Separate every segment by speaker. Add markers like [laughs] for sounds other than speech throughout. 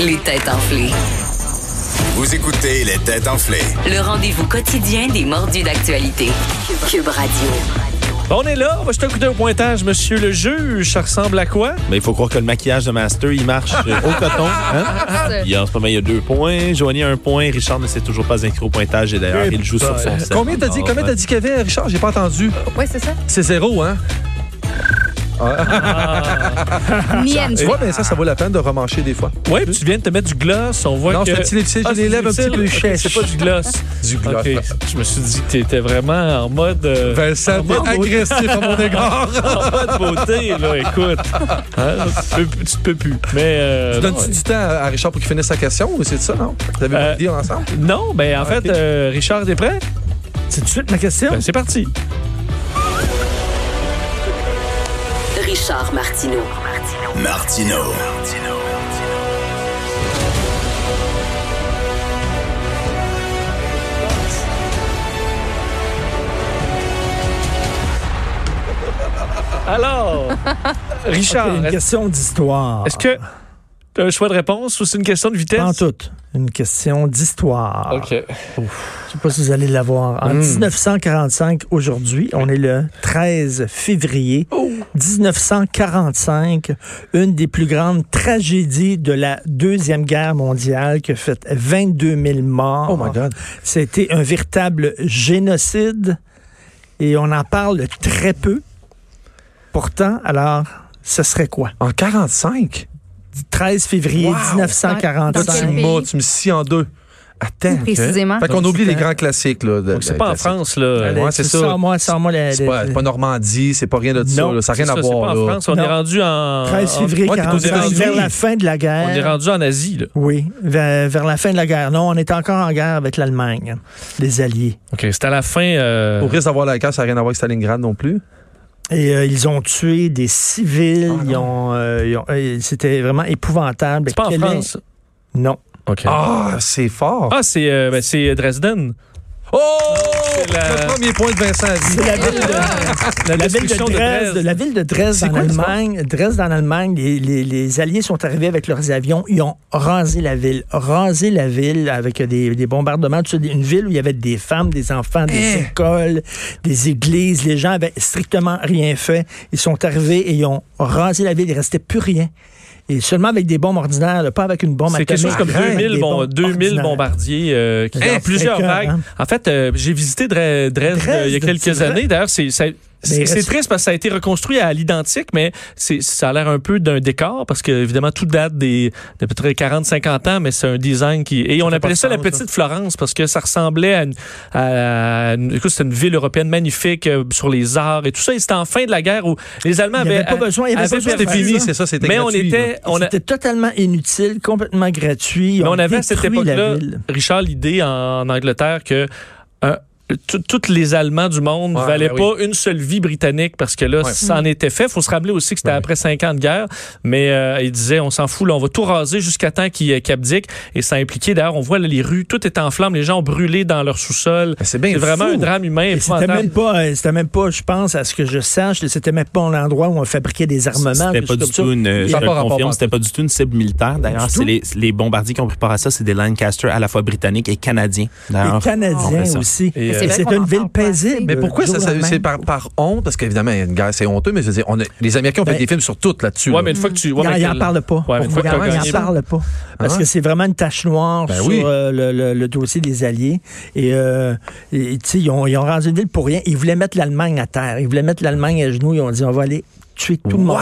Speaker 1: Les têtes enflées.
Speaker 2: Vous écoutez les têtes enflées.
Speaker 1: Le rendez-vous quotidien des mordus d'actualité. Cube Radio.
Speaker 3: On est là, on va jeter un coup d'œil au pointage, monsieur le juge. Ça ressemble à quoi?
Speaker 4: Mais il faut croire que le maquillage de Master, il marche euh,
Speaker 3: [laughs]
Speaker 4: au coton. Hein? Il y a en ce moment, il y a deux points. Joanie a un point. Richard ne s'est toujours pas inscrit au pointage. Et d'ailleurs, il joue sur son set. Ah,
Speaker 3: Combien t'as dit, combien t'as dit qu'il y avait, Richard? J'ai pas entendu.
Speaker 5: Ouais, c'est ça.
Speaker 3: C'est zéro, hein?
Speaker 5: Mienne.
Speaker 6: [laughs]
Speaker 3: Tu
Speaker 5: je
Speaker 3: vois,
Speaker 5: fais.
Speaker 3: mais ça, ça vaut la peine de remancher des fois. Oui, puis tu viens de te mettre du gloss. On voit
Speaker 6: Non,
Speaker 3: que...
Speaker 6: c'est un petit lipstick, j'ai
Speaker 3: Ah,
Speaker 6: les
Speaker 3: [laughs] c'est
Speaker 6: lèvres un petit
Speaker 3: lipstick.
Speaker 6: peu
Speaker 3: Ok,
Speaker 6: sèches.
Speaker 3: C'est pas du gloss.
Speaker 6: Du gloss.
Speaker 3: Ok. Je me suis dit que t'étais vraiment en mode... euh, en
Speaker 6: Vincent, t'es
Speaker 3: mode beauté.
Speaker 6: agressif à
Speaker 3: [laughs]
Speaker 6: mon égard.
Speaker 3: En mode beauté, là, écoute. [laughs] Hein, tu, peux, tu te peux plus. Mais... euh, non,
Speaker 6: Donnes-tu du temps à Richard pour qu'il finisse sa question ou c'est ça, non? Vous avez
Speaker 3: Euh,
Speaker 6: pas dit ensemble?
Speaker 3: Non, ben en fait,
Speaker 6: ok.
Speaker 3: euh, Richard, est prêt?
Speaker 6: C'est tout de suite ma question?
Speaker 3: Ben, c'est parti.
Speaker 1: Richard Martineau.
Speaker 2: Martino.
Speaker 6: [laughs]
Speaker 3: Alors, Richard,
Speaker 7: une
Speaker 3: est-ce-
Speaker 7: question d'histoire.
Speaker 3: est-ce que tu as un choix de réponse ou c'est une question de vitesse?
Speaker 7: En tout. Une question d'histoire.
Speaker 3: OK.
Speaker 7: Je sais pas si vous allez l'avoir. En 1945, aujourd'hui, on est le 13 février 1945, une des plus grandes tragédies de la Deuxième Guerre mondiale qui a fait 22 000 morts.
Speaker 6: Oh my God.
Speaker 7: C'était un véritable génocide et on en parle très peu. Pourtant, alors, ce serait quoi?
Speaker 6: En 45?
Speaker 7: 13 février
Speaker 6: Wow!
Speaker 5: Dans
Speaker 6: tu
Speaker 5: quel
Speaker 7: 1945.
Speaker 5: pays?
Speaker 6: m'as- tu me scies en deux. Attends.
Speaker 5: Précisément.
Speaker 6: Fait qu'on oublie les
Speaker 7: Attends.
Speaker 6: grands classiques. Là, de-
Speaker 3: Donc, c'est
Speaker 6: de-
Speaker 3: pas en
Speaker 6: classiques.
Speaker 3: France, là.
Speaker 6: Ben, Allez. Ouais, c'est ça.
Speaker 7: Sors-moi, sors-moi la-
Speaker 6: C'est
Speaker 7: la-
Speaker 6: pas, c'est pas Normandie, c'est pas rien de ça.
Speaker 7: Non,
Speaker 6: là. Ça n'a
Speaker 3: C'est
Speaker 6: rien
Speaker 3: ça,
Speaker 6: à
Speaker 3: c'est pas
Speaker 6: voir.
Speaker 3: en
Speaker 6: là.
Speaker 3: France. On
Speaker 7: Non.
Speaker 3: est rendu en.
Speaker 7: 13
Speaker 3: en-
Speaker 7: février
Speaker 6: Ouais, Ah, t'es aux
Speaker 7: 45,
Speaker 6: États-Unis.
Speaker 7: vers la fin de la
Speaker 3: On
Speaker 7: guerre.
Speaker 3: est rendu en Asie, là.
Speaker 7: Oui, vers, vers la fin de la guerre. Non, on est encore en guerre avec l'Allemagne, les Alliés.
Speaker 3: OK, c'est à la fin. euh,
Speaker 6: Au risque d'avoir la guerre, ça n'a rien à voir avec Stalingrad non plus.
Speaker 7: Et euh, ils ont tué des civils.
Speaker 6: Ah,
Speaker 7: ils ont, euh, ils ont- euh, c'était vraiment épouvantable.
Speaker 3: C'est pas en
Speaker 7: Quel est-
Speaker 3: France.
Speaker 7: Non.
Speaker 3: OK. Ah,
Speaker 6: Ah, c'est fort.
Speaker 3: c'est euh, ben, c'est Dresden.
Speaker 6: Oh!
Speaker 3: C'est la-
Speaker 6: Le premier point de Vincent a dit.
Speaker 7: C'est la ville de,
Speaker 3: La,
Speaker 7: la ville de
Speaker 3: destruction de
Speaker 7: Dresde.
Speaker 3: Dresde.
Speaker 7: La ville de Dresde
Speaker 6: C'est
Speaker 7: en
Speaker 6: quoi l'histoire?
Speaker 7: Allemagne. Dresde en Allemagne, les, les- les Alliés sont arrivés avec leurs avions. Ils ont rasé la ville. Rasé la ville avec des, des bombardements. Tu sais, Une ville où il y avait des femmes, des enfants, des
Speaker 3: Eh!
Speaker 7: écoles, des églises. Les gens avaient strictement rien fait. Ils sont arrivés et ils ont rasé la ville. Il restait plus rien. Et seulement avec des bombes ordinaires, là, pas avec une bombe
Speaker 3: C'est
Speaker 7: atomique.
Speaker 3: quelque chose comme
Speaker 7: Avec
Speaker 3: 2000,
Speaker 7: des
Speaker 3: bon,
Speaker 7: bombes
Speaker 3: 2000
Speaker 7: ordinaires.
Speaker 3: bombardiers euh, qui
Speaker 7: Hein,
Speaker 3: dans plusieurs
Speaker 7: c'est écœurant.
Speaker 3: vagues. En fait, euh, j'ai visité Dre- Dresde
Speaker 7: Dresde,
Speaker 3: euh, il y a
Speaker 7: c'est
Speaker 3: quelques
Speaker 7: vrai?
Speaker 3: années. D'ailleurs, c'est ça- c'est-
Speaker 7: il
Speaker 3: c'est
Speaker 7: reste-
Speaker 3: triste parce que ça a été reconstruit à l'identique, mais c'est- ça a l'air un peu d'un décor parce que évidemment tout date des de peut-être 40-50 ans, mais c'est un design qui et on
Speaker 6: fait pas
Speaker 3: appelait
Speaker 6: de
Speaker 3: ça la
Speaker 6: sens,
Speaker 7: hein.
Speaker 6: ça.
Speaker 3: petite Florence parce que ça ressemblait à une, à une- écoute, c'était une ville européenne magnifique euh, sur les arts et tout ça. Et c'était en fin de la guerre où les Allemands
Speaker 7: Il y avait
Speaker 3: avaient
Speaker 7: pas besoin, il y avait
Speaker 3: avaient
Speaker 7: pas besoin de
Speaker 6: C'était
Speaker 3: perdu.
Speaker 7: faire
Speaker 6: fini, c'est ça, c'était
Speaker 3: Mais on
Speaker 6: gratuit, là.
Speaker 3: était on a-
Speaker 7: C'était totalement inutile, complètement gratuit. Ils
Speaker 3: mais
Speaker 7: ont
Speaker 3: on avait à cette
Speaker 7: détruit la
Speaker 3: époque-là,
Speaker 7: ville.
Speaker 3: Richard, l'idée en, en Angleterre que euh, tout- tous les Allemands du monde ne
Speaker 6: Ouais,
Speaker 3: valaient
Speaker 6: ben
Speaker 3: pas une seule vie britannique parce que là,
Speaker 6: Ouais.
Speaker 3: ça en était fait. faut se rappeler aussi que c'était
Speaker 6: Ouais.
Speaker 3: après 50 ans de guerre, mais euh, ils disaient on s'en fout, là, on va tout raser jusqu'à temps qu'il euh, qu'il abdique. Et ça impliquait, d'ailleurs, on voit là, les rues, tout est en flammes, les gens ont brûlé dans leur sous-sol.
Speaker 7: Ben,
Speaker 6: Mais C'est bien
Speaker 3: C'est vraiment
Speaker 6: fou.
Speaker 3: un drame humain.
Speaker 7: Et C'était
Speaker 3: épouvantable.
Speaker 7: même pas, euh, c'était même pas, je pense, à ce que je sache, c'était même pas un endroit où on fabriquait des armements.
Speaker 4: C'était
Speaker 7: des
Speaker 4: pas
Speaker 7: choses
Speaker 4: du
Speaker 7: comme ça.
Speaker 4: tout une, je
Speaker 6: Ça a
Speaker 4: te
Speaker 6: pas rapport,
Speaker 4: confirme,
Speaker 6: pas
Speaker 4: c'était pas du tout une cible militaire. D'ailleurs, c'est les, les bombardiers qui ont pris part à ça, c'est des Lancaster à la fois britanniques et canadiens.
Speaker 7: Les
Speaker 4: D'ailleurs, on fait
Speaker 7: Canadiens
Speaker 4: ça.
Speaker 7: aussi.
Speaker 3: Et,
Speaker 7: Et
Speaker 3: euh,
Speaker 5: C'est vrai
Speaker 7: C'est
Speaker 5: qu'on
Speaker 7: une
Speaker 5: en
Speaker 7: ville
Speaker 5: parle pas assez.
Speaker 7: paisible.
Speaker 6: Mais
Speaker 7: euh,
Speaker 6: pourquoi
Speaker 7: du
Speaker 6: ça,
Speaker 7: jour au
Speaker 6: ça-
Speaker 7: lendemain.
Speaker 6: c'est par, par honte? Parce qu'évidemment, une guerre, c'est honteux, mais je veux dire, on a- les Américains ont fait
Speaker 7: Ben,
Speaker 6: des films sur tout là-dessus.
Speaker 3: Ouais,
Speaker 6: là.
Speaker 3: mais une fois que tu. ouais,
Speaker 7: Il
Speaker 3: mais
Speaker 7: n'en
Speaker 3: que-
Speaker 7: parle pas.
Speaker 3: Ouais, mais une fois
Speaker 7: Pourquoi?
Speaker 3: que t'as
Speaker 7: Il n'en
Speaker 3: gagné-
Speaker 7: parle pas. Parce
Speaker 6: Ah.
Speaker 7: que c'est vraiment une tache noire
Speaker 6: Ben
Speaker 7: sur
Speaker 6: oui.
Speaker 7: euh, le, le- le dossier des Alliés. Et, euh, et, tu sais, ils, ont, ils ont rendu une ville pour rien. Ils voulaient mettre l'Allemagne à terre. Ils voulaient mettre l'Allemagne à genoux. Ils ont dit on va aller tuer tout le monde.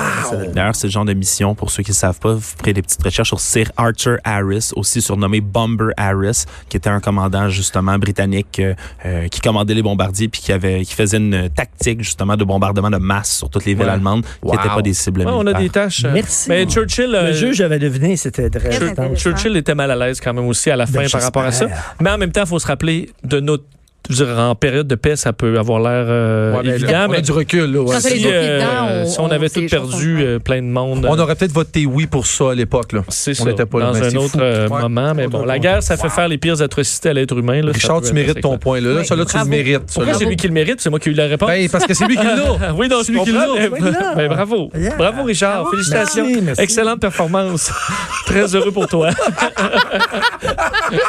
Speaker 4: D'ailleurs, c'est le genre de mission, pour ceux qui ne savent pas, vous ferez des petites recherches sur Sir Archer Harris, aussi surnommé Bomber Harris, qui était un commandant justement britannique euh, euh, qui commandait les bombardiers puis qui, avait, qui faisait une tactique justement de bombardement de masse sur toutes les villes
Speaker 3: Ouais.
Speaker 4: allemandes qui n'étaient pas des cibles
Speaker 3: Ouais, on a
Speaker 4: militaires.
Speaker 3: des tâches. euh,
Speaker 7: Merci.
Speaker 3: Mais Churchill. euh,
Speaker 7: Le jeu, j'avais deviné, c'était très
Speaker 3: Chur-
Speaker 7: intense.
Speaker 3: Churchill était mal à l'aise quand même aussi à la fin
Speaker 7: Ben,
Speaker 3: par rapport à ça.
Speaker 7: j'espère.
Speaker 3: Mais en même temps, il faut se rappeler de notre. je veux dire, en période de paix, ça peut avoir l'air euh,
Speaker 6: Ouais, ben,
Speaker 3: évident,
Speaker 6: là, on a
Speaker 3: mais
Speaker 6: du recul, là, ouais.
Speaker 8: Quand
Speaker 3: si, euh,
Speaker 8: les autres évidents, on-
Speaker 3: si on avait
Speaker 8: on-
Speaker 3: tout
Speaker 8: c'est-
Speaker 3: perdu, euh, plein de monde.
Speaker 6: On
Speaker 3: euh,
Speaker 6: aurait peut-être voté oui pour ça à l'époque. là.
Speaker 3: c'est ça,
Speaker 6: on n'était pas là,
Speaker 3: dans
Speaker 6: mais
Speaker 3: un
Speaker 6: c'est
Speaker 3: autre
Speaker 6: fou.
Speaker 3: euh,
Speaker 6: Ouais.
Speaker 3: moment, mais bon, la guerre, ça fait faire les pires atrocités à l'être humain. là, ça
Speaker 6: Richard,
Speaker 3: peut
Speaker 6: tu
Speaker 3: être
Speaker 6: mérites
Speaker 3: assez
Speaker 6: ton
Speaker 3: clair.
Speaker 6: point. Là,
Speaker 8: Oui,
Speaker 6: ça, là tu le
Speaker 8: bravo.
Speaker 6: mérites.
Speaker 3: Pourquoi
Speaker 6: celui-là.
Speaker 3: c'est lui qui le mérite? C'est moi qui ai eu la réponse.
Speaker 6: Ben, parce que c'est lui qui l'a.
Speaker 3: [laughs] Ah, oui, donc c'est lui qui l'a. Ben, ben, bravo.
Speaker 7: Yeah.
Speaker 3: Bravo, Richard. Félicitations.
Speaker 7: Merci, merci.
Speaker 3: Excellente performance. [laughs] Très heureux pour toi. [laughs]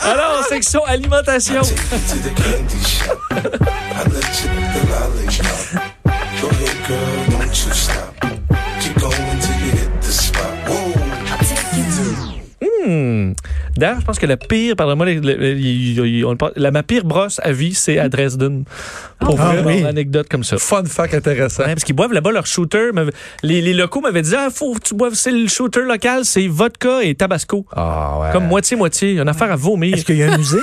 Speaker 3: Alors, section alimentation. Hmm. D'ailleurs, je pense que la pire, pardonne-moi, le- le- le- il- il- on le parle- la, ma pire brosse à vie, c'est à Dresden. Pour
Speaker 7: Ah
Speaker 3: vrai,
Speaker 7: oui.
Speaker 3: une anecdote comme ça.
Speaker 6: Fun fact intéressant.
Speaker 3: Ouais, parce qu'ils boivent là-bas leur shooter. m'avait- Les, les locaux m'avaient dit Ah, faut que tu boives, c'est le shooter local, c'est vodka et tabasco.
Speaker 6: Ah, ouais.
Speaker 3: Comme moitié-moitié. Une affaire à vomir.
Speaker 7: Est-ce qu'il y a un musée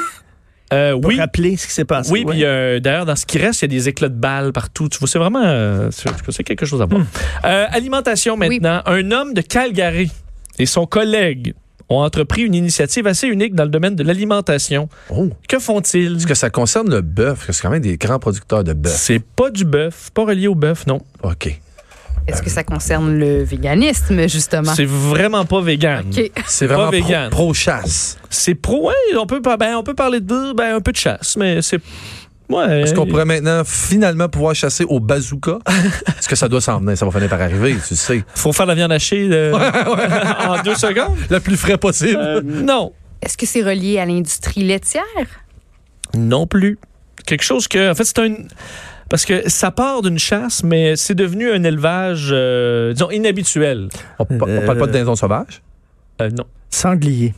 Speaker 3: Euh,
Speaker 7: pour
Speaker 3: oui.
Speaker 7: rappeler ce qui s'est passé?
Speaker 3: Oui, puis euh, il y a un- d'ailleurs, dans ce qui reste, il y a des éclats de balles partout. Tu vois, c'est vraiment. euh, c'est c'est quelque chose à voir. Euh, alimentation maintenant. Un homme de Calgary et son collègue ont entrepris une initiative assez unique dans le domaine de l'alimentation.
Speaker 6: Oh.
Speaker 3: Que font-ils?
Speaker 6: Est-ce que ça concerne le bœuf? Parce que c'est quand même des grands producteurs de bœuf.
Speaker 3: C'est pas du bœuf, pas relié au bœuf, non.
Speaker 6: OK.
Speaker 8: Est-ce que ça concerne le véganisme, justement?
Speaker 3: C'est vraiment pas vegan.
Speaker 8: OK.
Speaker 6: C'est
Speaker 3: Pas
Speaker 6: vraiment
Speaker 3: vegan.
Speaker 6: pro- pro-chasse.
Speaker 3: C'est pro, hein, on peut, pas- ben, on peut parler de ben, un peu de chasse, mais c'est. Ouais.
Speaker 6: Est-ce qu'on pourrait maintenant finalement pouvoir chasser au bazooka? [laughs] Est-ce que ça doit s'en venir? Ça va finir par arriver, tu sais.
Speaker 3: Faut faire la viande hachée [laughs] euh, en deux secondes?
Speaker 6: Le plus frais possible.
Speaker 3: Euh, non.
Speaker 8: Est-ce que c'est relié à l'industrie laitière?
Speaker 3: Non plus. Quelque chose que, en fait, c'est un. Parce que ça part d'une chasse, mais c'est devenu un élevage, euh, disons, inhabituel.
Speaker 6: on, pa- on parle pas de dindon sauvage?
Speaker 3: Euh, non.
Speaker 7: Sanglier.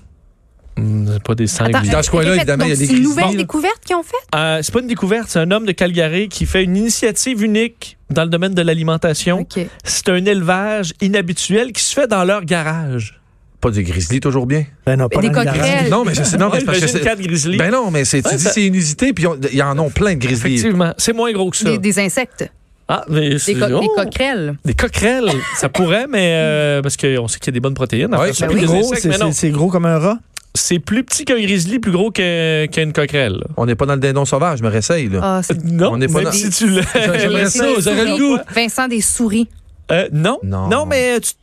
Speaker 3: Hmm, pas des sangliers.
Speaker 6: Ah, Dans ce coin-là,
Speaker 8: répète,
Speaker 6: évidemment,
Speaker 8: donc
Speaker 6: il y a des
Speaker 8: C'est une
Speaker 6: grizzlies,
Speaker 8: nouvelle
Speaker 6: là.
Speaker 8: découverte qu'ils ont faite?
Speaker 3: Euh, c'est pas une découverte, c'est un homme de Calgary qui fait une initiative unique dans le domaine de l'alimentation.
Speaker 8: OK.
Speaker 3: C'est un élevage inhabituel qui se fait dans leur garage.
Speaker 6: Pas des grizzlies, toujours bien.
Speaker 7: Ben non, pas
Speaker 8: Des
Speaker 7: dans le
Speaker 8: coquerelles.
Speaker 7: garage.
Speaker 6: Non, mais c'est
Speaker 8: Ah
Speaker 6: non, mais c'est parce que
Speaker 3: Imagine
Speaker 6: c'est-
Speaker 3: quatre grizzlies.
Speaker 6: Ben non, mais c'est, tu
Speaker 3: Ouais,
Speaker 6: dis
Speaker 3: ça-
Speaker 6: c'est inusité, puis on- il y en a plein de grizzlies.
Speaker 3: Effectivement, c'est moins gros que ça.
Speaker 8: Des, des insectes,
Speaker 3: Ah, mais c'est-
Speaker 8: des, co- des
Speaker 3: oh!
Speaker 8: coquerelles.
Speaker 3: Des coquerelles, ça pourrait, mais euh, parce qu'on sait qu'il y a des bonnes protéines. à
Speaker 6: Ouais,
Speaker 3: faire ça,
Speaker 6: ben
Speaker 3: puis
Speaker 6: oui.
Speaker 3: des
Speaker 7: Gros,
Speaker 3: insectes,
Speaker 7: c'est-
Speaker 3: mais non.
Speaker 7: c'est c'est gros comme un rat.
Speaker 3: C'est plus petit qu'un grizzly, plus gros que- qu'une coquerelle.
Speaker 6: On n'est pas dans le dindon sauvage, je me réessaye, là.
Speaker 8: Ah, c'est-
Speaker 3: Non,
Speaker 6: On n'est pas
Speaker 3: même
Speaker 6: dans-
Speaker 3: si tu
Speaker 6: [laughs]
Speaker 3: l'as.
Speaker 6: Euh,
Speaker 3: [laughs]
Speaker 6: J'aimerais ça, j'aurais le goût.
Speaker 8: Vincent, des souris.
Speaker 3: Euh, non, non,
Speaker 6: Non.
Speaker 3: mais tu te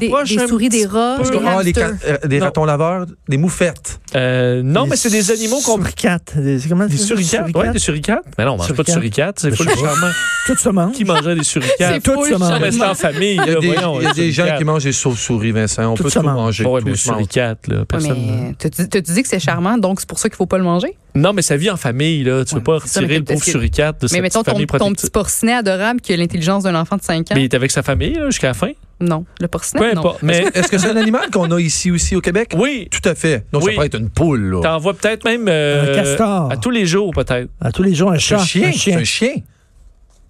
Speaker 8: Des,
Speaker 3: rapproches
Speaker 8: des
Speaker 3: un
Speaker 8: souris,
Speaker 3: petit-
Speaker 8: des rats,
Speaker 3: peu.
Speaker 8: des
Speaker 6: Ah, les
Speaker 8: hamsters.
Speaker 6: ca- euh, des
Speaker 3: Non.
Speaker 6: ratons laveurs, des moufettes.
Speaker 3: Euh, non, mais c'est des animaux qu'on...
Speaker 7: Suricates. Des, comment
Speaker 3: Des
Speaker 7: c'est ça,
Speaker 3: suricates, ouais, des suricates. Mais Ben non, on mange pas de suricates. C'est fou le charmant.
Speaker 7: Tout se mange.
Speaker 3: Qui mangeait des
Speaker 8: C'est
Speaker 3: suricates?
Speaker 7: tout
Speaker 8: fou,
Speaker 7: se mange.
Speaker 8: ça.
Speaker 3: Non, mais c'est en famille,
Speaker 6: Il y a
Speaker 3: là,
Speaker 6: des,
Speaker 3: voyons.
Speaker 6: il y a des gens qui mangent des sauves-souris, Vincent. On
Speaker 7: Tout
Speaker 6: peut
Speaker 7: se
Speaker 6: tout
Speaker 7: mange.
Speaker 6: manger.
Speaker 3: Ouais,
Speaker 6: tout
Speaker 3: mais
Speaker 6: se mange.
Speaker 3: suricates, là,
Speaker 8: Ouais,
Speaker 3: personne...
Speaker 6: hein.
Speaker 8: mais t'as-tu t'as-tu dit que c'est charmant, donc c'est pour ça qu'il faut pas le manger?
Speaker 3: Non, mais ça vit en famille, là. Tu veux
Speaker 8: Ouais,
Speaker 3: pas
Speaker 8: c'est ça,
Speaker 3: retirer
Speaker 8: mais
Speaker 3: le pauvre
Speaker 8: parce que-
Speaker 3: suricate de sa
Speaker 8: Mais mettons
Speaker 3: petite
Speaker 8: ton,
Speaker 3: famille
Speaker 8: ton
Speaker 3: protectrice.
Speaker 8: petit porcinet adorable qui a l'intelligence d'un enfant de 5 ans.
Speaker 3: Mais il est avec sa famille, là, jusqu'à la fin.
Speaker 8: Non, le
Speaker 3: Peu
Speaker 8: porcinet, non.
Speaker 3: importe. Mais
Speaker 6: Est-ce que c'est un animal qu'on a ici aussi au Québec?
Speaker 3: oui,
Speaker 6: Tout à fait. Donc,
Speaker 3: Oui.
Speaker 6: ça pourrait être une poule, là.
Speaker 3: t'envoies peut-être même... euh,
Speaker 7: Un castor.
Speaker 3: À tous les jours, peut-être.
Speaker 7: À Ah, tous les jours, un
Speaker 6: C'est
Speaker 7: chat.
Speaker 6: un chien.
Speaker 7: Un
Speaker 6: C'est
Speaker 7: chien.
Speaker 6: un chien.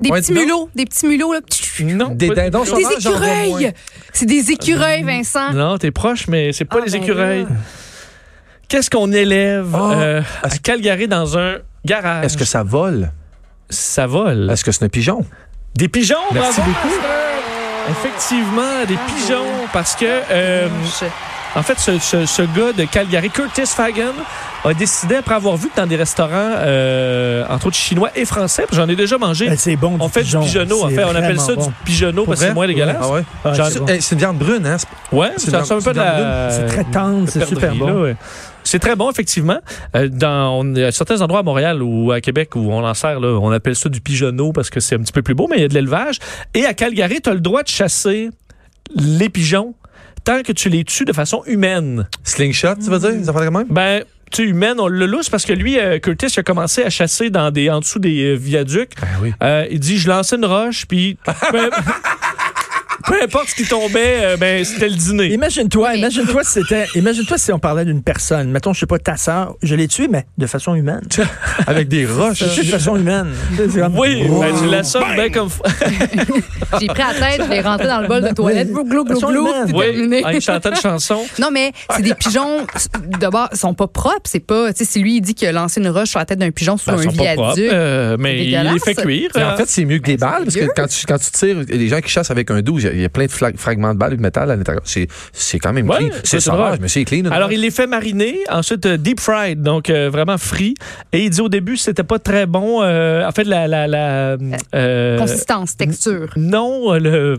Speaker 8: Des
Speaker 6: Ouais,
Speaker 8: petits
Speaker 6: non.
Speaker 8: mulots, des petits mulots, là. Des
Speaker 3: Non.
Speaker 6: Des
Speaker 3: pas-
Speaker 6: dindons sauvages. j'en vois moins.
Speaker 8: écureuils! C'est des écureuils, Vincent.
Speaker 3: Ah, Non, t'es proche, mais c'est pas
Speaker 8: Ah,
Speaker 3: les
Speaker 8: ben
Speaker 3: écureuils.
Speaker 8: là.
Speaker 3: Qu'est-ce qu'on élève
Speaker 6: Ah,
Speaker 3: euh, à
Speaker 6: est-ce-
Speaker 3: Calgary dans un garage?
Speaker 6: Est-ce que ça vole?
Speaker 3: ça vole?
Speaker 6: Est-ce que c'est un pigeon?
Speaker 3: Oh, Des pigeons,
Speaker 6: Merci
Speaker 3: bravo! Effectivement, des pigeons, parce que, euh, en fait, ce, ce- ce gars de Calgary, Curtis Fagan, a décidé, après avoir vu que dans des restaurants, euh, entre autres chinois et français, puis j'en ai déjà mangé,
Speaker 7: Ben, C'est bon.
Speaker 3: on fait du pigeonneau, en fait, on appelle ça du pigeonneau parce que ben, c'est moins dégueulasse.
Speaker 6: Ah ouais?
Speaker 3: J'en-
Speaker 7: C'est bon.
Speaker 6: Eh, c'est une viande brune, hein? C'est-
Speaker 3: Ouais,
Speaker 6: C'est
Speaker 3: ça
Speaker 6: dans-
Speaker 3: ressemble un peu
Speaker 6: c'est
Speaker 3: à de
Speaker 6: dans
Speaker 3: la...
Speaker 7: C'est très tendre, c'est super
Speaker 3: perdrix, là,
Speaker 7: bon.
Speaker 3: ouais. C'est très bon, effectivement. Euh, dans on- à certains endroits à Montréal ou à Québec où on en sert, là, on appelle ça du pigeonneau parce que c'est un petit peu plus beau, mais il y a de l'élevage. Et à Calgary, tu as le droit de chasser les pigeons tant que tu les tues de façon humaine.
Speaker 6: Slingshot, tu veux dire? Ça fait quand même?
Speaker 3: Ben, tu sais, humaine, on le lousse parce que lui, euh, Curtis, il a commencé à chasser dans des, en
Speaker 7: Ben
Speaker 3: dessous des euh, viaducs.
Speaker 6: oui.
Speaker 7: [laughs]
Speaker 3: Euh, il dit, je lançais une roche, puis... peu, peu importe ce qui tombait, euh, ben, c'était le dîner.
Speaker 7: Imagine-toi, imagine-toi si c'était, imagine-toi si on parlait d'une personne. Mettons, je sais pas, ta sœur, je l'ai tuée, mais de façon humaine.
Speaker 6: Avec des roches.
Speaker 7: Juste de façon humaine. C'est comme- Oh.
Speaker 3: Oui, ben, tu la sors bien comme.
Speaker 8: [laughs] J'ai pris la tête, je l'ai rentré dans le bol
Speaker 3: Ben,
Speaker 8: de toilette. Glou, glou, glou, glou, c'est
Speaker 3: Oui, ah,
Speaker 8: terminé.
Speaker 3: avec chantant de
Speaker 6: [laughs]
Speaker 3: chanson. Ben,
Speaker 8: Non, mais c'est des pigeons, d'abord, ils sont pas propres. C'est pas, tu sais, si lui, il dit qu'il a lancé une roche sur la tête d'un pigeon sur
Speaker 3: Ben,
Speaker 8: un
Speaker 3: ils sont pas propres,
Speaker 8: viaduc.
Speaker 3: euh, mais il les
Speaker 8: Dégueulasse.
Speaker 3: fait cuire. euh.
Speaker 6: Mais en fait, c'est mieux que des
Speaker 3: ben,
Speaker 6: balles, parce que quand tu, quand tu tires, les gens qui chassent avec un 12, il y a- il y a plein de fla- fragments de balles et de métal à l'intérieur. C'est, c'est quand même
Speaker 3: Ouais,
Speaker 6: clean.
Speaker 3: ça, c'est
Speaker 6: C'est sauvage,
Speaker 3: drôle.
Speaker 6: mais c'est clean. une
Speaker 3: Alors,
Speaker 6: roche.
Speaker 3: il les fait mariner, ensuite euh, deep fried, donc euh, vraiment frit. Et il dit au début, c'était pas très bon. euh, en fait, la. la, la euh,
Speaker 8: Consistance, texture.
Speaker 3: non, euh, le,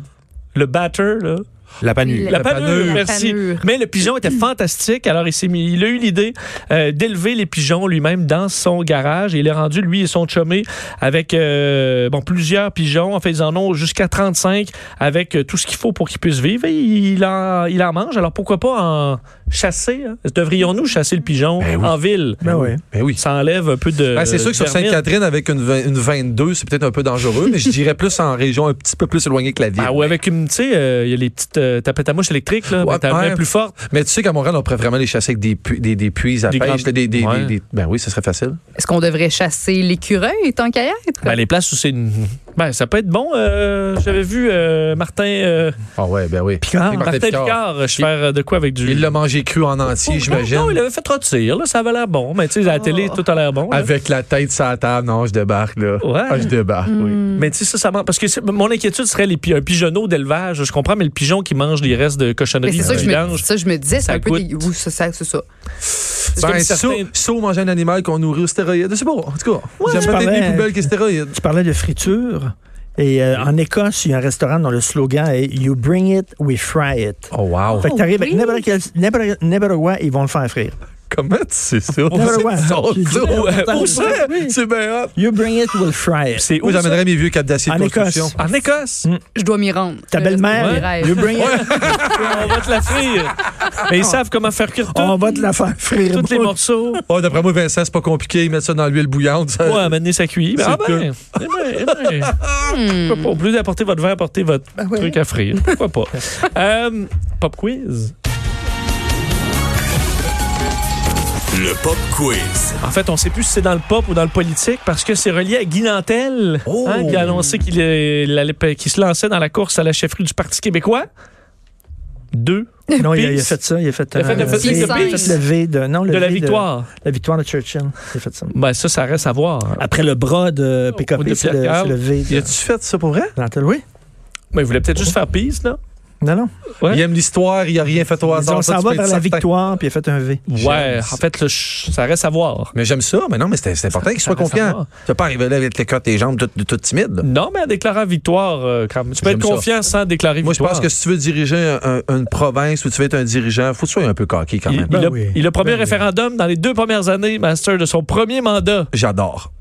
Speaker 3: le batter, là.
Speaker 4: La panure.
Speaker 8: La
Speaker 3: La panure,
Speaker 8: panure.
Speaker 3: merci.
Speaker 8: La panure.
Speaker 3: Mais le pigeon était fantastique. Alors, il, s'est mis, il a eu l'idée euh, d'élever les pigeons lui-même dans son garage. Et il est rendu, lui et son chumé, avec euh, bon, plusieurs pigeons. En fait, ils en ont jusqu'à 35 avec euh, tout ce qu'il faut pour qu'ils puissent vivre. Et il en, il en mange. Alors, pourquoi pas en chasser? hein? Devrions-nous chasser le pigeon
Speaker 6: Ben oui.
Speaker 3: en ville?
Speaker 7: Ben oui.
Speaker 6: Ben oui.
Speaker 3: Ça enlève un peu de.
Speaker 6: Ben, c'est sûr que sur
Speaker 3: vermine.
Speaker 6: Sainte-Catherine, avec une, vingt- une 22, c'est peut-être un peu dangereux, mais je dirais plus en région un petit peu plus éloignée que la ville.
Speaker 3: Ah ouais, avec une, tu sais, euh, il y a les petites euh, tapettes à mouche électriques, là,
Speaker 6: Ouais,
Speaker 3: mais t'as la main
Speaker 6: ouais.
Speaker 3: plus forte.
Speaker 6: Mais tu sais qu'à Montréal, on pourrait vraiment les chasser avec des, pu- des, des puits à
Speaker 3: Des
Speaker 6: pêche.
Speaker 3: grandes-
Speaker 6: là, des- des-
Speaker 3: Ouais.
Speaker 6: des- des- ben oui, ce serait facile.
Speaker 8: Est-ce qu'on devrait chasser l'écureuil tant qu'à y être?
Speaker 3: Ben, les places où c'est une... ben, ça peut être bon. Euh, J'avais vu euh, Martin, euh,
Speaker 6: Ah ouais, ben oui.
Speaker 7: Picard.
Speaker 6: Et
Speaker 3: Martin Picard, euh, je faire euh, de quoi avec du. Oh,
Speaker 6: Il l'a mangé cru en entier, j'imagine. Ah.
Speaker 3: Non, il avait fait rôtir, là, ça avait l'air bon. Mais tu sais, à la télé, tout a l'air bon. là.
Speaker 6: Avec la tête sur la table. Non, je débarque, là.
Speaker 3: Ouais.
Speaker 6: Ah, je débarque, oui.
Speaker 3: Mais tu sais, ça, ça mange- Parce que c'est- mon inquiétude serait les pi- un pigeonneau d'élevage. Je comprends, mais le pigeon qui mange les restes de
Speaker 8: Mais
Speaker 3: cochonneries
Speaker 8: c'est ça que je
Speaker 3: qu'il
Speaker 8: me,
Speaker 3: mange.
Speaker 8: ça, je me disais, c'est
Speaker 3: Ça
Speaker 8: un peu
Speaker 3: goûte.
Speaker 8: dégueu. Oui, c'est ça, c'est ça.
Speaker 6: Ben,
Speaker 3: comme
Speaker 6: saut,
Speaker 3: certains-
Speaker 6: saut manger un animal qu'on nourrit aux stéroïdes. C'est bon, en tout cas. J'aime
Speaker 7: Tu
Speaker 6: peut-être
Speaker 7: parlais-
Speaker 6: des poubelles que les stéroïdes.
Speaker 7: Tu parlais de friture. Et euh, en Écosse, il y a un restaurant dont le slogan est You bring it, we fry it.
Speaker 6: Oh, wow.
Speaker 7: Fait que t'arrives avec
Speaker 8: oui.
Speaker 7: n'importe quel- n'importe- n'importe quoi, ils vont le faire frire.
Speaker 6: Comment tu sais ça?
Speaker 7: N'importe quoi. J'ai dit-
Speaker 6: Oh, ouais, pour ça,
Speaker 7: Oui.
Speaker 6: c'est bien hot.
Speaker 7: You bring it, we'll fry it.
Speaker 3: C'est
Speaker 6: Moi,
Speaker 3: où ça?
Speaker 6: j'amènerais mes vieux capes d'acier de
Speaker 7: En Écosse.
Speaker 6: construction.
Speaker 3: En Écosse.
Speaker 8: Je dois m'y rendre.
Speaker 7: Ta
Speaker 8: Le
Speaker 7: belle-mère,
Speaker 8: reste de
Speaker 7: you
Speaker 8: mes rêves.
Speaker 7: bring it,
Speaker 3: On va te la
Speaker 8: [laughs]
Speaker 3: frire. mais ils savent comment faire cuire tout.
Speaker 7: on va te la faire frire.
Speaker 3: tous les morceaux.
Speaker 6: Oh, d'après moi, Vincent, c'est pas compliqué. Ils mettent ça dans l'huile bouillante. ça-
Speaker 3: Ouais, amener sa cuillère. Ben,
Speaker 6: Euh, C'est
Speaker 3: ah ben, eh ben, eh ben. Pourquoi pas? Au lieu d'apporter votre verre, apportez votre truc à frire. Pourquoi pas? Euh, pop quiz.
Speaker 2: Le Pop Quiz.
Speaker 3: En fait, on sait plus si c'est dans le pop ou dans le politique parce que c'est relié à Guy Nantel, hein, qui a annoncé qu'il est- il allait- qu'il se lançait dans la course à la chefferie du Parti québécois. Deux [laughs]
Speaker 7: Non, il a, il a
Speaker 3: Peace.
Speaker 7: fait ça. Il a fait,
Speaker 3: Il a fait le-
Speaker 7: le,
Speaker 8: fait le peace.
Speaker 7: le V de, non, le
Speaker 3: de la
Speaker 7: V
Speaker 3: victoire.
Speaker 7: la victoire de Churchill. Il a fait ça.
Speaker 3: Ben, ça, ça reste à voir.
Speaker 7: Après le bras de
Speaker 3: Ou
Speaker 7: PKP,
Speaker 3: de
Speaker 7: c'est le,
Speaker 3: Pierre Carl.
Speaker 7: c'est le V
Speaker 6: Y
Speaker 7: de
Speaker 6: a-tu fait ça pour vrai?
Speaker 7: Nantel. Oui?
Speaker 3: Mais Ben, il voulait peut-être juste faire peace, là.
Speaker 7: Non, non.
Speaker 3: Ouais.
Speaker 6: Il aime l'histoire, il a rien fait au
Speaker 7: Ils
Speaker 6: hasard.
Speaker 7: ont
Speaker 6: ça,
Speaker 7: s'en
Speaker 6: tu
Speaker 7: va
Speaker 6: peux
Speaker 7: vers
Speaker 6: être
Speaker 7: la
Speaker 6: certain.
Speaker 7: victoire, puis il a fait un V.
Speaker 3: Ouais, en fait, là, je- ça reste à voir.
Speaker 6: Mais j'aime ça, mais non, mais c'est c'est important qu'il soit
Speaker 3: reste à
Speaker 6: confiant.
Speaker 3: voir.
Speaker 6: Tu vas pas arriver là avec les côtes et les jambes toutes toutes timides. là.
Speaker 3: Non, mais en déclarant victoire, euh, quand même. Tu peux
Speaker 6: J'aime
Speaker 3: être confiant sans déclarer
Speaker 6: Moi, je
Speaker 3: victoire.
Speaker 6: pense que si tu veux diriger un- un- une province ou tu veux être un dirigeant, faut que tu sois un peu coqué quand
Speaker 3: Il,
Speaker 6: même.
Speaker 3: il a,
Speaker 7: Ben oui.
Speaker 3: il a promis
Speaker 7: Ben
Speaker 3: un
Speaker 7: oui.
Speaker 3: référendum dans les deux premières années, Master, de son premier mandat.
Speaker 6: J'adore.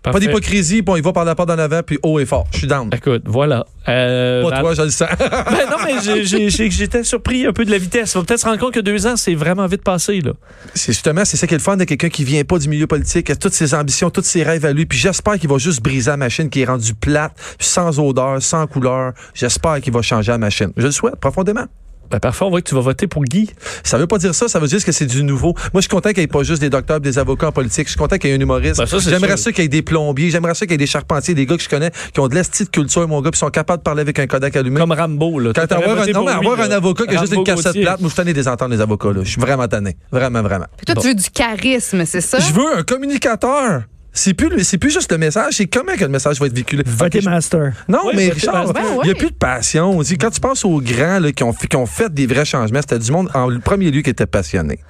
Speaker 6: Pas
Speaker 3: Parfait.
Speaker 6: d'hypocrisie, puis on y va par la porte en avant, puis haut et fort. Je suis down.
Speaker 3: Écoute, voilà. Euh,
Speaker 6: Pas
Speaker 3: dans-
Speaker 6: toi, je le sens.
Speaker 3: [laughs]
Speaker 6: [laughs]
Speaker 3: Ben non, mais j'ai- j'ai- j'ai- j'étais surpris un peu de la vitesse. On va peut-être se rendre compte que deux ans, c'est vraiment vite passé. Là.
Speaker 6: C'est justement, c'est ça qui est le fun de quelqu'un qui vient pas du milieu politique, qui a toutes ses ambitions, tous ses rêves à lui, puis j'espère qu'il va juste briser la machine qui est rendue plate, sans odeur, sans couleur. J'espère qu'il va changer la machine. Je le souhaite profondément.
Speaker 3: Ben, parfois, on voit que tu vas voter pour Guy.
Speaker 6: Ça veut pas dire ça, ça veut dire que c'est du nouveau. Moi, je suis content qu'il n'y ait pas juste des docteurs, des avocats en politique. Je suis content qu'il y ait un humoriste.
Speaker 3: Ben, ça, c'est
Speaker 6: J'aimerais
Speaker 3: sûr.
Speaker 6: ça qu'il y ait des plombiers. J'aimerais ça qu'il y ait des charpentiers, des gars que je connais qui ont de l'esti de culture, mon gars, puis sont capables de parler avec un Kodak allumé.
Speaker 3: Comme Rambo. Là.
Speaker 6: Quand
Speaker 3: T'aurais
Speaker 6: avoir, un,
Speaker 3: voté
Speaker 6: non,
Speaker 3: pour
Speaker 6: mais
Speaker 3: lui,
Speaker 6: avoir
Speaker 3: là.
Speaker 6: un avocat qui a juste une
Speaker 3: Rambo
Speaker 6: cassette
Speaker 3: Gauthier.
Speaker 6: plate, moi, je suis tanné des entendre, les avocats. là. Je suis vraiment tanné. Vraiment, vraiment.
Speaker 8: Puis toi, tu veux du charisme, c'est ça?
Speaker 6: Je veux un communicateur. C'est plus, le- c'est plus juste le message, c'est comment que le message va être véhiculé.
Speaker 7: Votez
Speaker 6: Ok, je-
Speaker 7: master.
Speaker 6: non,
Speaker 3: Ouais,
Speaker 6: mais
Speaker 3: voter
Speaker 6: Richard,
Speaker 3: master.
Speaker 6: il n'y a plus de passion. On dit, Quand tu penses aux grands là, qui, ont, fait- qui ont fait des vrais changements, c'était du monde en premier lieu qui était passionné.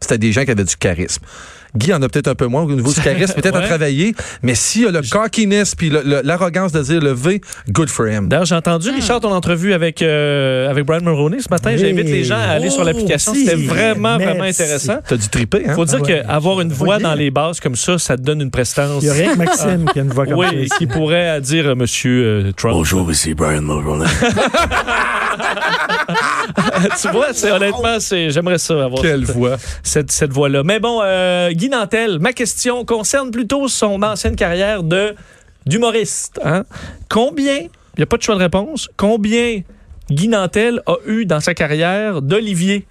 Speaker 6: C'était des gens qui avaient du charisme. Guy en a peut-être un peu moins au niveau du
Speaker 7: [laughs]
Speaker 6: charisme, peut-être à
Speaker 3: Ouais.
Speaker 6: travailler, mais s'il a le cockiness puis le- le- l'arrogance de dire le V, good for him.
Speaker 3: D'ailleurs, j'ai
Speaker 6: Ah.
Speaker 3: entendu, Richard, ton entrevue avec, euh, avec Brian Mulroney ce matin.
Speaker 7: Oui.
Speaker 3: J'invite les gens à aller sur
Speaker 7: Oh,
Speaker 3: l'application.
Speaker 7: si.
Speaker 3: C'était vraiment, vraiment
Speaker 7: Merci.
Speaker 3: intéressant.
Speaker 6: T'as du triper, hein?
Speaker 3: Faut dire
Speaker 7: Ah ouais.
Speaker 3: qu'avoir une
Speaker 7: Faut
Speaker 3: voix
Speaker 7: le
Speaker 3: dans
Speaker 7: dire.
Speaker 3: les basses comme ça, ça te donne une prestance.
Speaker 7: Il y a rien que Maxime qui a une voix comme ça.
Speaker 3: Oui,
Speaker 7: ici.
Speaker 3: qui pourrait euh, dire euh, Monsieur euh, Trump.
Speaker 2: Bonjour, ici Brian Mulroney.
Speaker 3: [laughs] tu vois, c'est honnêtement, c'est j'aimerais ça avoir
Speaker 7: [laughs]
Speaker 6: Quelle
Speaker 3: cette,
Speaker 6: voix.
Speaker 3: cette, cette voix-là. Mais bon, euh, Guy Nantel, ma question concerne plutôt son ancienne carrière de d'humoriste. hein. Combien, il n'y a pas de choix de réponse, combien Guy Nantel a eu dans sa carrière d'Olivier?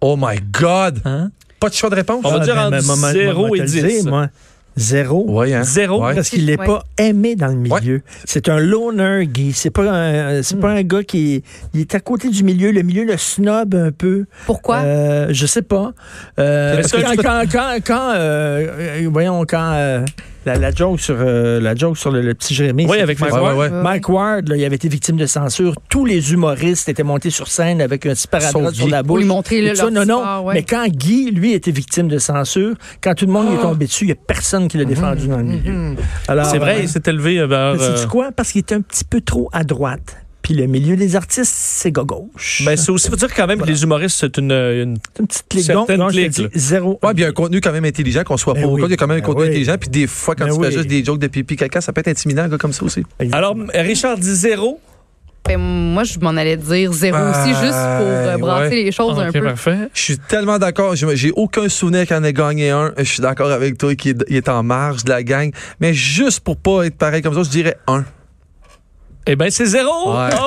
Speaker 6: Oh my God!
Speaker 7: Hein?
Speaker 6: Pas de choix de réponse? hein?
Speaker 3: On va
Speaker 7: Ah,
Speaker 3: dire
Speaker 7: ben, ben,
Speaker 3: entre
Speaker 7: maman-
Speaker 3: 0
Speaker 7: maman
Speaker 3: et
Speaker 7: te le dit,
Speaker 3: 10.
Speaker 7: moi. Zéro.
Speaker 6: Ouais, hein?
Speaker 3: Zéro.
Speaker 6: Ouais.
Speaker 7: Parce qu'il n'est
Speaker 8: Ouais.
Speaker 7: pas aimé dans le milieu. C'est un loner, Guy. C'est pas un, c'est
Speaker 3: Hmm.
Speaker 7: pas un gars qui est, il est à côté du milieu. Le milieu le snob un peu.
Speaker 8: Pourquoi?
Speaker 7: Euh, je sais pas. Euh,
Speaker 3: Est-ce
Speaker 7: parce
Speaker 3: que
Speaker 7: que quand, quand- quand, euh, euh, voyons, quand euh, la, la joke sur, euh, la joke sur le, le petit Jérémy.
Speaker 3: Oui,
Speaker 7: c'est-
Speaker 3: avec Mike
Speaker 6: Ouais, ouais,
Speaker 3: Ward.
Speaker 6: ouais.
Speaker 8: Euh,
Speaker 7: Mike Ward, là, il avait été victime de censure. Tous les humoristes étaient montés sur scène avec un
Speaker 6: Sauf
Speaker 7: sparadrap sur
Speaker 6: Guy.
Speaker 7: la
Speaker 8: Pour
Speaker 7: bouche.
Speaker 8: lui montrer
Speaker 7: Et
Speaker 8: là,
Speaker 7: tout ça,
Speaker 8: leur
Speaker 7: non, non.
Speaker 8: sport, ouais.
Speaker 7: Mais quand Guy, lui, était victime de censure, quand tout le monde lui est tombé dessus, il n'y a personne qui l'a défendu dans le milieu.
Speaker 3: Ah.
Speaker 7: Alors,
Speaker 3: Mm-hmm. C'est vrai, il s'est élevé vers...
Speaker 7: C'est
Speaker 3: euh,
Speaker 7: quoi? Parce qu'il était un petit peu trop à droite. Puis le milieu des artistes, c'est gauche.
Speaker 3: Ben, c'est aussi, faut dire quand même que les humoristes, c'est une, euh, une-
Speaker 7: c'est une petite clique.
Speaker 3: certaines
Speaker 7: Donc, non, je te
Speaker 3: cliques, là.
Speaker 7: dis zéro.
Speaker 6: Ouais, puis il y a un contenu quand même intelligent, qu'on soit
Speaker 7: Ben
Speaker 6: pas au
Speaker 7: oui.
Speaker 6: compte. Il y a quand même un
Speaker 7: Ben
Speaker 6: contenu
Speaker 7: oui.
Speaker 6: intelligent, puis des fois, quand
Speaker 7: Ben
Speaker 6: tu
Speaker 7: oui.
Speaker 6: fais juste des jokes de pipi caca, ça peut être intimidant, un gars comme ça aussi.
Speaker 3: Alors, Richard dit zéro.
Speaker 8: Ben, moi, je m'en allais dire zéro
Speaker 6: Ah,
Speaker 8: aussi, juste pour euh, brasser
Speaker 6: ouais.
Speaker 8: les choses un
Speaker 3: Ok,
Speaker 8: peu.
Speaker 3: parfait.
Speaker 6: Je suis tellement d'accord. J'ai j'ai aucun souvenir qu'il en ait gagné un. Je suis d'accord avec toi qu'il est- il est en marge de la gang. Mais juste pour pas être pareil comme ça, je dirais un.
Speaker 3: Eh bien, c'est zéro!
Speaker 6: Ouais.
Speaker 3: Oh!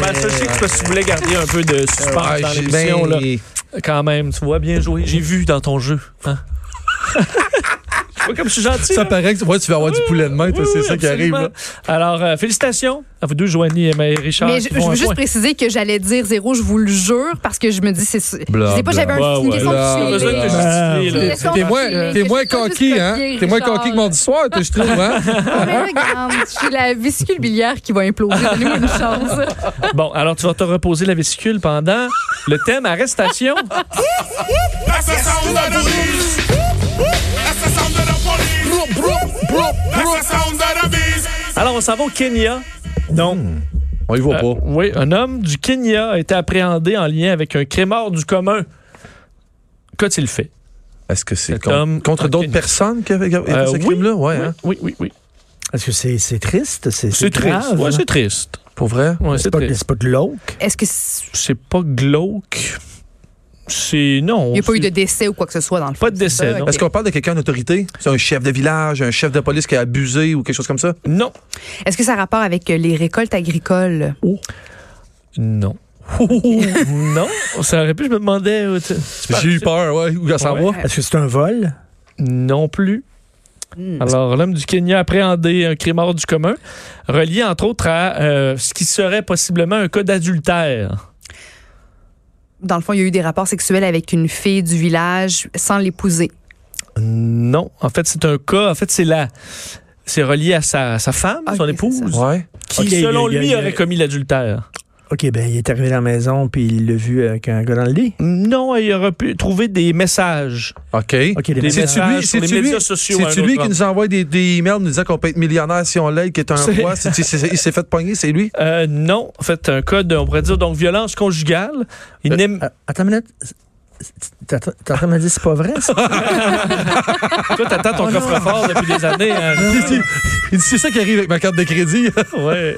Speaker 3: Ben, sachez que je voulais garder un peu de suspense
Speaker 6: Ah,
Speaker 3: dans
Speaker 6: j'ai-
Speaker 3: l'émission,
Speaker 6: ben,
Speaker 3: là. Quand même, tu vois, bien joué. J'ai vu dans ton jeu. Hein? [laughs] Je vois comme je suis gentil.
Speaker 6: Ça
Speaker 3: hein?
Speaker 6: paraît que tu- ouais, tu vas avoir du poulet de main, toi,
Speaker 3: Oui,
Speaker 6: c'est
Speaker 3: oui,
Speaker 6: ça qui arrive.
Speaker 3: absolument.
Speaker 6: là.
Speaker 3: Alors, euh, félicitations à vous deux, Joanie et Marie Richard.
Speaker 8: Mais
Speaker 3: qui
Speaker 8: je,
Speaker 3: font
Speaker 8: je
Speaker 3: un
Speaker 8: veux juste
Speaker 3: point.
Speaker 8: préciser que j'allais dire zéro, je vous le jure, parce que je me dis, c'est. Je sais pas, j'avais un,
Speaker 3: Ah, Ouais,
Speaker 8: une
Speaker 3: ouais.
Speaker 8: question
Speaker 6: Bla,
Speaker 8: de
Speaker 3: Pas besoin de te
Speaker 6: bla.
Speaker 3: justifier, là.
Speaker 8: Une question
Speaker 6: T'es
Speaker 8: de
Speaker 6: moins,
Speaker 8: filer,
Speaker 6: t'es
Speaker 8: que
Speaker 6: moins
Speaker 8: je sois
Speaker 6: conquis,
Speaker 8: juste
Speaker 6: hein?
Speaker 8: copier,
Speaker 6: T'es moins
Speaker 8: Richard.
Speaker 6: conquis que mardi soir, toi, je trouve, hein?
Speaker 8: [laughs] Ah, mais là, regarde, J'ai la vésicule biliaire qui va imploser. Donnez-moi une chance.
Speaker 3: Bon, alors tu vas te reposer la vésicule pendant le thème arrestation. Alors, on s'en va au Kenya.
Speaker 7: Non.
Speaker 6: On y va
Speaker 3: Euh,
Speaker 6: pas.
Speaker 3: oui, un homme du Kenya a été appréhendé en lien avec un crémeur du commun. Qu'a-t-il fait?
Speaker 6: Est-ce que c'est
Speaker 3: cet
Speaker 6: contre,
Speaker 3: homme-
Speaker 6: contre
Speaker 3: Ok.
Speaker 6: d'autres personnes qui avaient
Speaker 3: Euh,
Speaker 6: ce
Speaker 3: oui.
Speaker 6: crime-là? Ouais,
Speaker 3: oui,
Speaker 6: hein?
Speaker 3: oui, oui, oui.
Speaker 7: Est-ce que c'est c'est triste? C'est
Speaker 3: C'est triste.
Speaker 7: grave,
Speaker 3: Ouais,
Speaker 7: hein?
Speaker 3: c'est triste.
Speaker 6: Pour vrai?
Speaker 3: Ouais,
Speaker 7: C'est
Speaker 3: c'est
Speaker 7: pas,
Speaker 3: triste.
Speaker 7: c'est pas de l'auque.
Speaker 8: Est-ce que c-
Speaker 3: C'est pas glauque. C'est. Non.
Speaker 8: il n'y a pas eu de
Speaker 3: c'est-
Speaker 8: décès ou quoi que ce soit dans le fond?
Speaker 3: Pas de décès,
Speaker 8: Ah,
Speaker 3: non.
Speaker 8: ok.
Speaker 6: Est-ce qu'on parle de quelqu'un en autorité? C'est un chef de village, un chef de police qui a abusé ou quelque chose comme ça?
Speaker 3: Non.
Speaker 8: Est-ce que ça a rapport avec euh, les récoltes agricoles?
Speaker 3: [laughs] Non. Oh, non. Ça aurait pu, je me demandais. euh, tu- tu parles-
Speaker 6: J'ai eu peur, ouais. Où ça s'en
Speaker 3: Ouais.
Speaker 6: va?
Speaker 7: Est-ce que c'est un vol?
Speaker 3: Non plus.
Speaker 8: Hmm.
Speaker 3: Alors, l'homme du Kenya a appréhendé un crime hors du commun, relié entre autres à euh, ce qui serait possiblement un cas d'adultère.
Speaker 8: Dans le fond, il y a eu des rapports sexuels avec une fille du village sans l'épouser.
Speaker 3: Non, en fait, c'est un cas, en fait, c'est la... C'est relié à sa, sa femme,
Speaker 8: Ah,
Speaker 3: son
Speaker 8: ok,
Speaker 3: épouse,
Speaker 8: c'est
Speaker 6: Ouais.
Speaker 3: qui,
Speaker 7: Ok,
Speaker 3: selon
Speaker 7: il y a-
Speaker 3: lui,
Speaker 7: il y a-
Speaker 3: aurait commis l'adultère.
Speaker 7: OK, ben il est arrivé dans la maison puis il l'a vu euh, avec un gars dans le lit.
Speaker 3: Non, il aurait pu trouver des messages.
Speaker 6: OK.
Speaker 7: OK, les
Speaker 3: Des
Speaker 6: C'est-tu
Speaker 7: messages.
Speaker 3: messages
Speaker 6: lui,
Speaker 3: sur les médias
Speaker 6: c'est-tu lui-
Speaker 3: sociaux. à
Speaker 6: c'est-tu
Speaker 3: un
Speaker 6: lui
Speaker 3: autre
Speaker 6: qui
Speaker 3: homme.
Speaker 6: nous envoie des, des emails nous disant qu'on peut être millionnaire si on l'aide, qui est un
Speaker 3: C'est-
Speaker 6: roi? C'est- c'est- c'est- il s'est fait pogner, c'est lui?
Speaker 3: Euh, non, en fait, un cas de, on pourrait dire, donc, violence conjugale. Il n'aime...
Speaker 7: Ah, Attends une minute. T'es en train- t'es en train de me dire c'est pas vrai, ça? [laughs]
Speaker 3: Toi, t'attends
Speaker 6: Oh
Speaker 3: ton coffre-fort depuis des années. hein.
Speaker 6: Il dit, [laughs] c'est ça qui arrive avec ma carte de crédit.
Speaker 3: Ouais.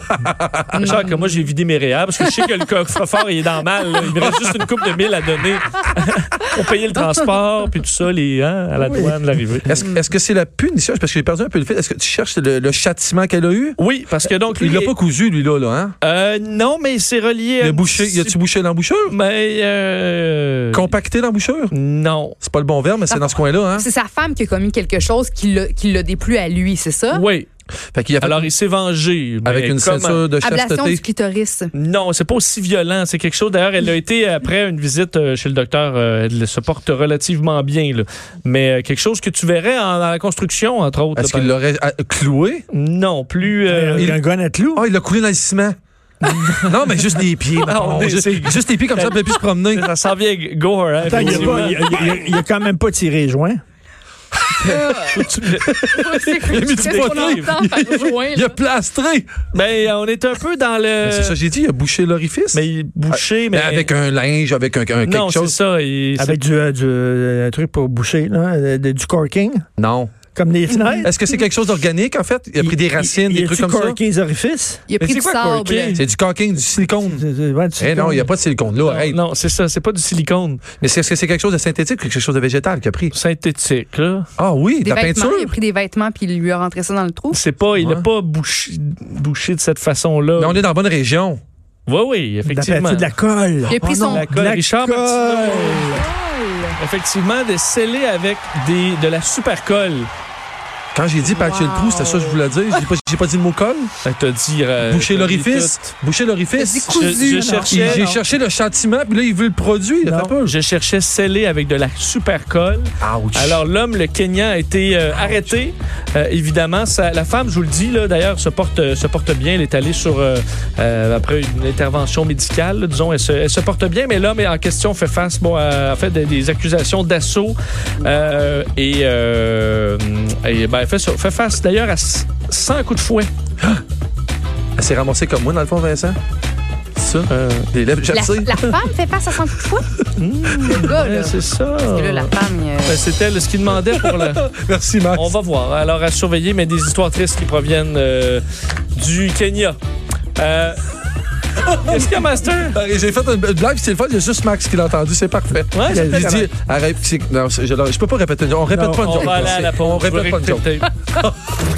Speaker 3: Genre que moi, j'ai vidé mes réels parce que je sais que le coffre-fort, il est dans mal. là. Il me reste juste une coupe de mille à donner [laughs] pour payer le transport, puis tout ça, les, hein, à la douane, l'arrivée.
Speaker 6: [laughs] Est-ce est-ce que c'est la punition? Parce que j'ai perdu un peu le fil. Est-ce que tu cherches le, le châtiment qu'elle a eu?
Speaker 3: Oui, parce que donc, lui,
Speaker 6: Il l'a pas cousu, lui, là, là hein?
Speaker 3: euh, non, mais c'est relié à.
Speaker 6: Il a
Speaker 3: un
Speaker 6: bouché.
Speaker 3: petit-
Speaker 6: Il a-tu bouché l'embouchure?
Speaker 3: [laughs] Mais. euh,
Speaker 6: Compacté l'embouchure?
Speaker 3: Non.
Speaker 6: C'est pas le bon verbe, mais c'est dans ce coin-là, hein?
Speaker 8: C'est sa femme qui a commis quelque chose qui l'a- qui l'a déplu à lui, c'est
Speaker 6: Ah.
Speaker 8: ça?
Speaker 3: Oui.
Speaker 6: Fait qu'il a fait
Speaker 3: Alors, il s'est vengé. mais
Speaker 6: avec une
Speaker 3: comment?
Speaker 6: censure de
Speaker 8: Ablation du
Speaker 6: chasteté.
Speaker 3: [laughs]
Speaker 8: clitoris.
Speaker 3: Non, c'est pas aussi violent. C'est quelque chose. D'ailleurs, elle a été après une visite euh, chez le docteur. euh, elle se porte relativement bien, là. Mais euh, quelque chose que tu verrais en, dans la construction, entre autres.
Speaker 6: Est-ce
Speaker 3: là,
Speaker 6: qu'il l'aurait ah, cloué?
Speaker 3: Non, plus. euh,
Speaker 7: Avec
Speaker 6: il-
Speaker 7: un gars à clou?
Speaker 6: Ah, il l'a coulé dans le [laughs] ciment. non, mais juste les pieds. mettons.
Speaker 3: mais
Speaker 6: juste,
Speaker 3: c'est-
Speaker 6: juste les pieds comme Ah, ça, il peut plus se promener.
Speaker 3: Ça s'en vient gore. Hein,
Speaker 7: Attends, il a pas- il a- il a- il a quand même pas tiré joint.
Speaker 3: [laughs]
Speaker 8: Il
Speaker 6: mis du poteau. Il a plastré.
Speaker 3: Ben, on est un peu dans le.
Speaker 6: Mais C'est ça, j'ai dit, il a bouché l'orifice.
Speaker 3: Euh, Mais il est bouché, mais.
Speaker 6: Mais avec un linge, avec un, un quelque
Speaker 3: non, c'est
Speaker 6: chose.
Speaker 3: ça. il- c'est-
Speaker 7: Avec du, euh, du euh, un truc pour boucher, là, euh, de- du corking,
Speaker 6: Non.
Speaker 7: comme des fenêtres.
Speaker 6: Est-ce que c'est quelque chose d'organique, en fait? Il a pris des racines,
Speaker 7: Il-
Speaker 6: des
Speaker 7: il-
Speaker 6: trucs
Speaker 7: il a-tu
Speaker 6: comme ça?
Speaker 7: corké les orifices?
Speaker 8: Il a pris
Speaker 3: c'est
Speaker 8: du
Speaker 3: quoi,
Speaker 8: sable.
Speaker 3: Corky?
Speaker 6: C'est du caulking, du silicone.
Speaker 7: C'est- c'est- ouais, du
Speaker 6: Eh non, il n'y a pas de silicone là, arrête.
Speaker 3: Non, c'est ça. C'est pas du silicone
Speaker 6: Mais c'est- est-ce que c'est quelque chose de synthétique ou quelque chose de végétal qu'il a pris?
Speaker 3: synthétique, là.
Speaker 6: Ah oui, de
Speaker 8: Des
Speaker 6: la
Speaker 8: vêtements, il a
Speaker 6: peinture?
Speaker 8: pris des vêtements puis il lui a rentré ça dans le trou.
Speaker 3: C'est pas. Il n'est
Speaker 6: Ouais.
Speaker 3: pas bouché, bouché de cette façon-là.
Speaker 6: Mais on est dans la bonne région.
Speaker 3: Oui, oui, effectivement.
Speaker 7: D'après- de la colle.
Speaker 8: Il a pris
Speaker 7: Oh non,
Speaker 8: son-
Speaker 7: la
Speaker 3: De
Speaker 7: colle.
Speaker 3: la Richard
Speaker 7: colle.
Speaker 3: Martineau. Effectivement, de sceller avec des, de la super colle.
Speaker 6: Quand j'ai dit patcher le trou, c'était ça que je voulais dire. J'ai pas, j'ai pas dit le mot colle.
Speaker 3: Ça te dit. euh,
Speaker 6: Boucher
Speaker 3: t'as dit
Speaker 6: l'orifice. Boucher l'orifice.
Speaker 3: tout. Je, je
Speaker 6: J'ai
Speaker 3: cherchais,
Speaker 6: j'ai cherché le châtiment, puis là, il veut le produit. là,
Speaker 7: Non.
Speaker 6: t'as peur.
Speaker 3: je cherchais sceller avec de la super colle.
Speaker 6: Ouch.
Speaker 3: Alors l'homme, le Kenyan, a été euh, arrêté. Euh, évidemment, ça- la femme, je vous le dis, là, d'ailleurs, se porte, euh, se porte bien. Elle est allée sur euh, euh, après une intervention médicale, là, disons, elle se, elle se porte bien. Mais l'homme en question fait face, bon, à, en fait, des, des accusations d'assaut Euh, et, euh, et, ben, elle fait, ça- fait face d'ailleurs à s- 100 coups de fouet.
Speaker 6: Elle s'est ramassée comme moi, dans le fond, Vincent. C'est ça?
Speaker 3: Euh,
Speaker 6: Des lèvres
Speaker 8: La,
Speaker 6: jassées.
Speaker 8: la femme fait face à son coup
Speaker 3: [laughs]
Speaker 8: de foot? Le gars, là.
Speaker 3: ouais, c'est ça.
Speaker 8: Parce que là, la femme, il, euh,
Speaker 3: Ben, C'était le- ce qu'il demandait pour la.
Speaker 6: Merci, Max.
Speaker 3: On va voir. Alors, à surveiller, mais des histoires tristes qui proviennent euh, du Kenya. Euh... Qu'est-ce qu'il y a, Master?
Speaker 6: Ben, J'ai fait une blague, c'est le fun, il y a juste Max qui l'a entendu, c'est parfait.
Speaker 3: Ouais,
Speaker 6: J'ai
Speaker 3: c'était
Speaker 6: dit, arrête, c'est- non, c'est- je, je peux pas répéter, on répète
Speaker 7: Non,
Speaker 6: pas une
Speaker 3: On
Speaker 6: joke.
Speaker 3: va aller à la pause.
Speaker 6: On
Speaker 3: Je veux
Speaker 6: répète pas une joke.
Speaker 3: réécouter.